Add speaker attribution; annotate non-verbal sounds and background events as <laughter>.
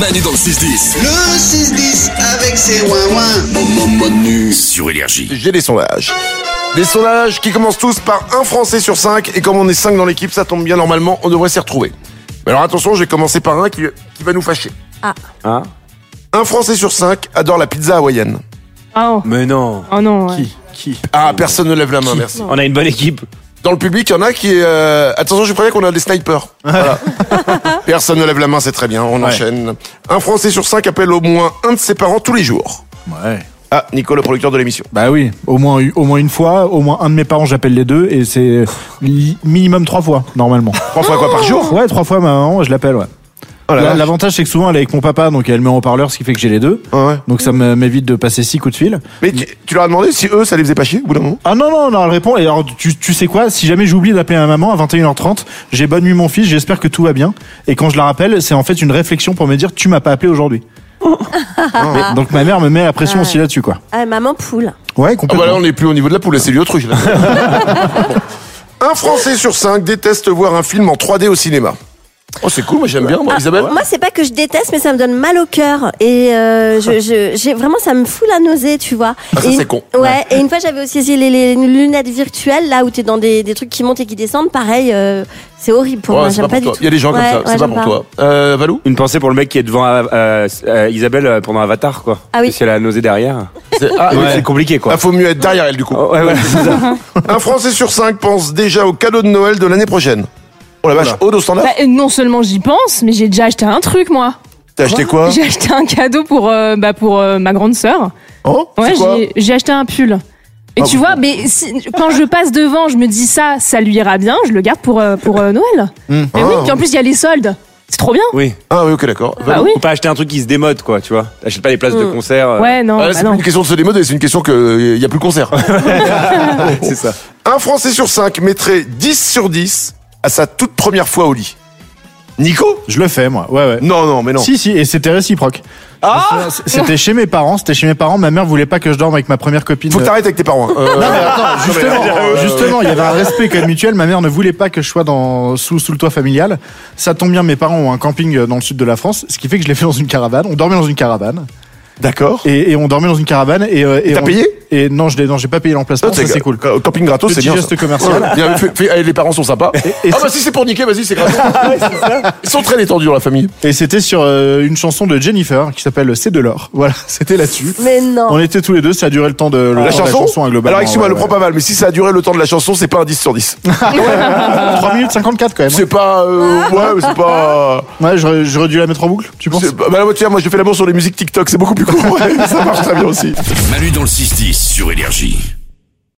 Speaker 1: Manu dans le 6-10.
Speaker 2: Le 6-10 avec ses ouin-ouin.
Speaker 1: Manu sur Énergie.
Speaker 3: J'ai des sondages. Des sondages qui commencent tous par un Français sur cinq. Et comme on est cinq dans l'équipe, ça tombe bien. Normalement, on devrait s'y retrouver. Mais alors attention, je vais commencer par un qui, qui va nous fâcher.
Speaker 4: Ah.
Speaker 3: Hein Un Français sur cinq adore la pizza hawaïenne.
Speaker 4: Oh,
Speaker 5: Mais non.
Speaker 4: oh non. ouais.
Speaker 5: Qui Qui
Speaker 3: Ah, personne ne lève la main, merci.
Speaker 5: On a une bonne équipe.
Speaker 3: Dans le public, il y en a qui. euh, Attention, je préviens qu'on a des snipers. Voilà. <laughs> Personne ne lève la main, c'est très bien. On enchaîne. Un Français sur cinq appelle au moins un de ses parents tous les jours.
Speaker 6: Ouais.
Speaker 3: Ah, Nico, le producteur de l'émission.
Speaker 6: Bah oui, au moins, au moins une fois, au moins un de mes parents, j'appelle les deux, et c'est li- minimum trois fois, normalement.
Speaker 3: Trois fois
Speaker 6: Oh.
Speaker 3: quoi par jour
Speaker 6: Ouais, trois fois ma maman, je l'appelle, ouais.
Speaker 3: la
Speaker 6: La-
Speaker 3: vache.
Speaker 6: L'avantage, c'est que souvent, elle est avec mon papa, donc elle met en parleur, ce qui fait que j'ai les deux.
Speaker 3: Ouais, ouais.
Speaker 6: Donc ça me- m'évite de passer six coups de fil.
Speaker 3: Mais tu, tu leur as demandé si eux, ça les faisait pas chier au bout d'un moment
Speaker 6: Ah non, non, non, elle répond. Et alors, tu, tu sais quoi Si jamais j'oublie d'appeler ma maman à 21h30, j'ai bonne nuit mon fils, j'espère que tout va bien. Et quand je la rappelle, c'est en fait une réflexion pour me dire tu m'as pas appelé
Speaker 3: <laughs>
Speaker 6: aujourd'hui. Mais- donc ma mère me met la pression aussi là-dessus, quoi.
Speaker 4: Ah, maman poule.
Speaker 3: Ah bah là,
Speaker 6: Ouais, complètement.
Speaker 3: on n'est plus au niveau de la poule, là, c'est lui autre truc. là. <laughs> Bon. Un Français sur cinq déteste voir un film en 3D au cinéma. Oh, c'est cool, moi j'aime bien, moi, Isabelle.
Speaker 4: Ah, Moi, c'est pas que je déteste, mais ça me donne mal au cœur. Et euh, je, je- j'ai, vraiment, ça me fout la nausée, tu vois.
Speaker 3: Ah, ça,
Speaker 4: Et
Speaker 3: c'est
Speaker 4: une-
Speaker 3: con.
Speaker 4: Ouais, et une fois, j'avais aussi essayé les, les lunettes virtuelles, là où t'es dans des, des trucs qui montent et qui descendent. Pareil, euh, c'est horrible pour
Speaker 3: Ouais,
Speaker 4: moi,
Speaker 3: c'est
Speaker 4: j'aime
Speaker 3: pas
Speaker 4: pas,
Speaker 3: pour
Speaker 4: du
Speaker 3: toi.
Speaker 4: tout.
Speaker 3: Il y a des gens comme
Speaker 4: Ouais,
Speaker 3: ça,
Speaker 4: ouais,
Speaker 3: c'est pas
Speaker 4: j'aime
Speaker 3: pour toi. Euh, Valou
Speaker 5: Une pensée pour le mec qui est devant euh, euh, euh, Isabelle euh, pendant Avatar, quoi.
Speaker 4: Ah oui.
Speaker 5: Parce qu'elle a la nausée derrière.
Speaker 3: C'est- Ah,
Speaker 5: Ah,
Speaker 3: oui,
Speaker 5: C'est compliqué,
Speaker 3: Ah,
Speaker 5: quoi.
Speaker 3: faut mieux être derrière elle, du coup.
Speaker 5: Oh, ouais, voilà, c'est ça.
Speaker 3: Un Français sur cinq pense déjà au cadeau de Noël de l'année prochaine. Oh la vache, Aude au standard
Speaker 7: Bah, euh, non seulement j'y pense, mais j'ai déjà acheté un truc moi.
Speaker 3: T'as acheté quoi
Speaker 7: J'ai acheté un cadeau pour euh, bah, pour euh, ma grande sœur.
Speaker 3: Oh,
Speaker 7: Ouais,
Speaker 3: c'est quoi
Speaker 7: j'ai- j'ai acheté un pull. Et
Speaker 3: Ah
Speaker 7: tu
Speaker 3: bon.
Speaker 7: vois, mais si- quand je passe devant, je me dis ça, ça lui ira bien, je le garde pour euh, pour euh, Noël. Mais oui,
Speaker 3: Ah.
Speaker 7: puis en plus il y a les soldes. C'est trop bien.
Speaker 5: Oui.
Speaker 3: Ah oui, ok, d'accord.
Speaker 7: Bah oui.
Speaker 5: Faut pas acheter un truc qui se démode, quoi, tu vois. T'achètes pas les places de concert. euh,
Speaker 7: Ouais, non,
Speaker 3: Ah, là,
Speaker 7: bah
Speaker 3: c'est pas
Speaker 7: non.
Speaker 3: une question de se démoder, c'est une question qu'il n'y a plus de concert.
Speaker 5: <laughs> C'est ça.
Speaker 3: Un Français sur cinq mettrait 10 sur 10 à sa toute première fois au lit. Nico
Speaker 6: Je le fais, moi. Ouais, ouais.
Speaker 3: Non, non, mais non. Ah
Speaker 6: Si, si, et c'était réciproque. C- c'était chez mes parents, c'était chez mes parents. Ma mère voulait pas que je dorme avec ma première copine.
Speaker 3: Faut que t'arrêtes avec tes parents. hein. Euh,
Speaker 6: Non, mais attends, justement,
Speaker 3: euh,
Speaker 6: justement, il y avait un respect quand même mutuel. Ma mère ne voulait pas que je sois dans, sous, sous le toit familial. Ça tombe bien, mes parents ont un camping euh, dans le sud de la France, ce qui fait que je l'ai fait dans une caravane. On dormait dans une caravane.
Speaker 3: D'accord.
Speaker 6: Et, et on dormait dans une caravane. Et, euh, et
Speaker 3: T'as
Speaker 6: on-
Speaker 3: payé
Speaker 6: Et non, je l'ai, non, j'ai pas payé l'emplacement.
Speaker 3: Ah,
Speaker 6: Ça, c'est cool.
Speaker 3: ca- Camping gratos, c'est
Speaker 6: Petit
Speaker 3: bien.
Speaker 6: geste
Speaker 3: ça.
Speaker 6: commercial.
Speaker 3: Ouais, bien, fais- fais- allez, les parents sont sympas.
Speaker 6: Et- et
Speaker 3: ah
Speaker 6: ça-
Speaker 3: bah si c'est pour niquer, vas-y, c'est <laughs> gratos. Ils sont très détendus dans la famille.
Speaker 6: Et c'était sur euh, une chanson de Jennifer qui s'appelle C'est de l'or. Voilà, <laughs> c'était là-dessus.
Speaker 4: Mais non.
Speaker 6: On était tous les deux, ça a duré le temps de, le temps de
Speaker 3: La Ah. chanson,
Speaker 6: hein, globalement.
Speaker 3: Alors excuse-moi,
Speaker 6: ouais,
Speaker 3: le prends
Speaker 6: ouais.
Speaker 3: pas mal, mais si ça a duré le temps de la chanson, c'est pas un 10 sur 10.
Speaker 6: 3 minutes 54 quand même. hein.
Speaker 3: C'est pas... euh, ouais, mais c'est pas...
Speaker 6: Ouais, j'aurais, j'aurais dû la mettre en boucle, tu penses
Speaker 3: c'est- Bah, bah, tiens, <laughs> moi je fais l'amour sur les musiques TikTok, c'est beaucoup plus court. Ouais, ça marche très bien aussi.
Speaker 1: Manu dans le 6-10 sur Énergie.